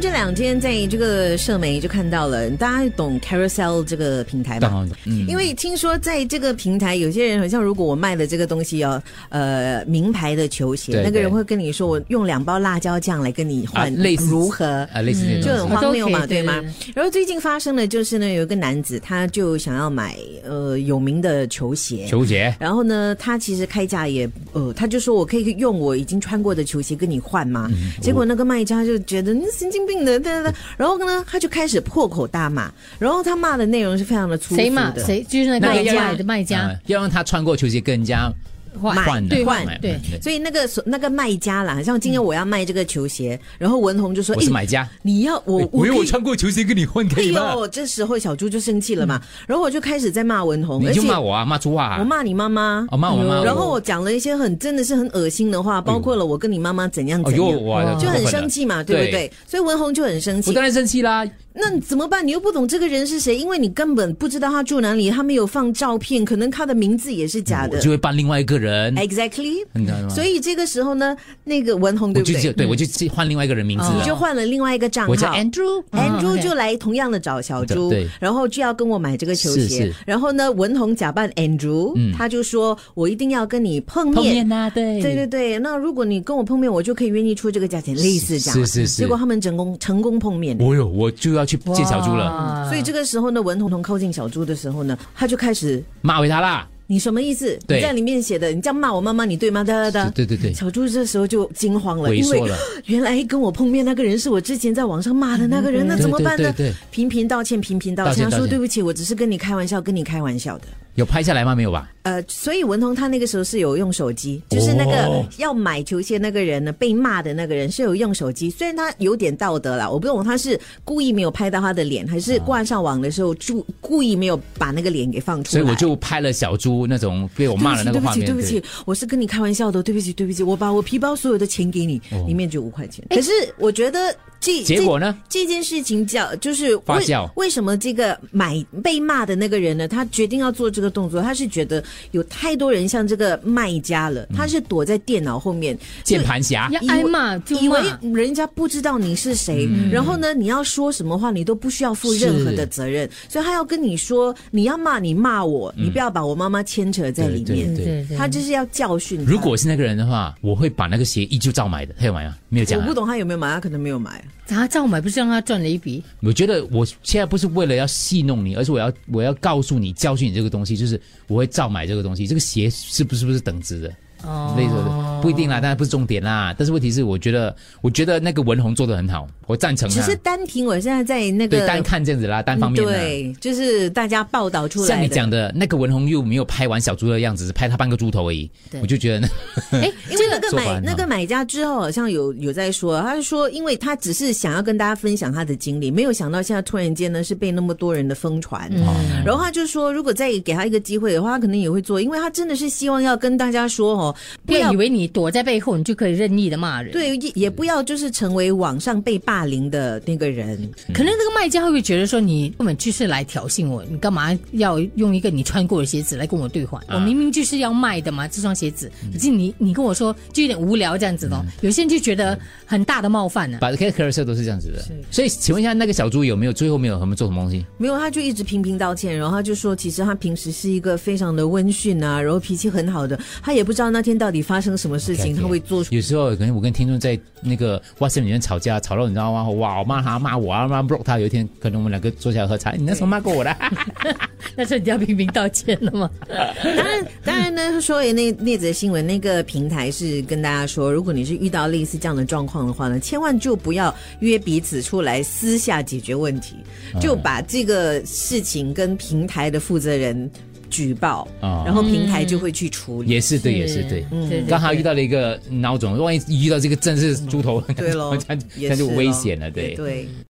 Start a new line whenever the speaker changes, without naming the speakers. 这两天在这个社媒就看到了，大家懂 Carousel 这个平台
当
吗？
然了，嗯，
因为听说在这个平台，有些人好像如果我卖的这个东西哦，呃，名牌的球鞋，
对
那个人
对
会跟你说，我用两包辣椒酱来跟你换，
啊类似
如何？
啊，类似这
就很
种，
荒谬嘛，
都可以
对吗
对对？
然后最近发生的就是呢，有一个男子他就想要买呃有名的球鞋，
球鞋，
然后呢，他其实开价也呃，他就说我可以用我已经穿过的球鞋跟你换嘛。
嗯
结果那个卖家就觉得你嗯神经病的，对对对。然后呢，他就开始破口大骂，然后他骂的内容是非常的粗
谁
俗
嘛？
的。
谁就是那
那
个卖
个
家
要
的卖家
啊要让他穿过球鞋跟人家换的嗯
对
换
买
对
买
所以那个所那个卖家啦，像今天我要卖这个球鞋，然后文红就说：“
我是
诶
买家哎
你要我
我
可
有
以
我穿过球鞋跟你换可
哎
以吗？
呦，这时候小猪就生气了嘛，然后我就开始在骂文红，
你
而
就
且
骂我啊，骂猪啊，
我骂你妈妈，
哦骂我妈妈
然后我讲了一些很真的是很恶心的话，包括了我跟你妈妈怎样
哎
怎
呦，
样，
我
就很生气嘛，对不对？？所以文红就很生
我
气
当，然生气啦，
那你怎么办？你又不懂这个人是谁，因为你根本不知道他住哪里，他没有放照片，可能他的名字也是假
我
的
就嗯会扮另外一个人，
，exactly。
你知道吗？
所以这个时候呢，那个文红
我
对不
就
对？
对我就换另外一个人名字
哦
你就
了，
换了另外一个账
我叫
号。
Andrew，
啊
哦
Andrew
嗯，OK
就来同样的找小
对
猪
对，
然后就要跟我买这个球
是
鞋
是。
然后呢，文红假扮 Andrew，
嗯
他就说：“我一定要跟你碰面。
碰面呐，对
对对对，那如果你跟我碰面，我就可以愿意出这个价钱，类似这样。
是是是
结果他们成功成功碰面。
我有我就要去见小猪了，
所以这个时候呢，文彤彤靠近小猪的时候呢，他就开始，
骂回他啦，
你什么意思？
对
你在里面写的，你这样骂我妈妈，你对吗？哒哒哒。
对对对，
小猪这时候就惊慌了，
萎
因为
缩了
原来跟我碰面那个人是我之前在网上骂的那个人，那怎么办呢
嗯对对对对？
频频道歉，频频道
道歉
歉，他
道
说
歉
对不起，我只是跟你开玩笑，跟你开玩笑的。
有拍下来吗？没有吧？
呃，所以文彤他那个时候是有用手机，就是那个
哦
要买球鞋那个人呢，被骂的那个人是有用手机。虽然他有点道德啦，我不懂他是故意没有拍到他的脸，还
啊
是挂上网的时候就故意没有把那个脸给放出
所
来。
以我就拍了小猪那种被我骂的那
对
个
不
画
起，
面，
对不起，对不起，我是跟你开玩笑的，对不起，对不起，我把我皮包所有的钱给你，里面只有五块钱。可是我觉得这
哦结果呢？
这这件事情叫就是为
发酵
为什么这个买被骂的那个人呢？他决定要做这个动作，他是觉得有太多人像这个卖家了，他是躲在电脑后面就
嗯键盘侠，
要挨骂就
以
骂
为，人家不知道你是谁，
嗯
然后呢，你要说什么话，你都不需要负任何的责任，所以他要跟你说，你要骂你骂我，你不要把我妈妈牵扯在里面。
嗯对
对对对
他就是要教训他。
如果我是那个人的话，我会把那个鞋依旧照买的，他有买吗？没有讲、
我
啊
不。懂他有没有买，他可能没有买。
他照买不是让他赚了一 笔？
我觉得我现在不是为了要戏弄你，而是我要我要告诉你，教训你这个东西，就是我会照买这个东西。这个鞋是不是不是等值的？
哦
类似的不一定啦，当然不是重点啦。但是问题是，我觉得我觉得那个文红做的很好，我赞成
只
啊
是。单凭我现在在那
对
个嗯
单看这样子啦，单嗯方面啦。啊
对，就是大家报道出来的。
像你讲的那个文红又没有拍完小猪的样子，只拍他半个猪头而已，
对
我就觉得那嗯
哎，
因为
这
那
个
个
做法
买
很好
那个买家之后好像有有在说，他是说，因为他只是想要跟大家分享他的经历，没有想到现在突然间呢是被那么多人的疯传。
嗯
然后他就说，如果再给他一个机会的话，他可能也会做，因为他真的是希望要跟大家说哦，不
不
要
要以为你躲在背后，你就可以任意的骂人。，
对，也也不要就是成为网上被霸凌的那个人。
可能那个卖家会不会觉得说你根本就是来挑衅我，你干嘛要用一个你穿过的鞋子来跟我兑
啊
换？我明明就是要卖的嘛，这双鞋子，可是
嗯
你你跟我说就有点无聊这样子咯。有些人就觉得很大的冒犯呢、
把 K Carousel 都是这样子的。所以请问一下，那个小猪有没有最后没有什么做什么东西？
没有，他就一直频频道歉，然后他就说，其实他平时是一个非常的温驯啊，然后脾气很好的，他也不知道那天到底发生什么事情，他会做出。
有时候可能我跟听众在那个 WhatsApp 里面吵架，吵到你知道吗？哇，我骂他，骂我啊，骂 block 他。有一天可能我们两个坐下来喝茶，你那时候骂过 我的，
那时候你就要频频道歉了吗？
当然，当然呢，说回那那则新闻，那个平台是跟大家说，如果你是遇到类似这样的状况的话呢，千万就不要约彼此出来私下解决问题，
嗯
就把这个事情跟平台的负责人举报，
哦
然后平台就会去处理。
嗯也是对，也是对。
嗯
对
刚好遇
到
到了一个孬种，万一遇到这个正是猪头，
对咯
这样
也
这样就是
咯
危险了，对。
对。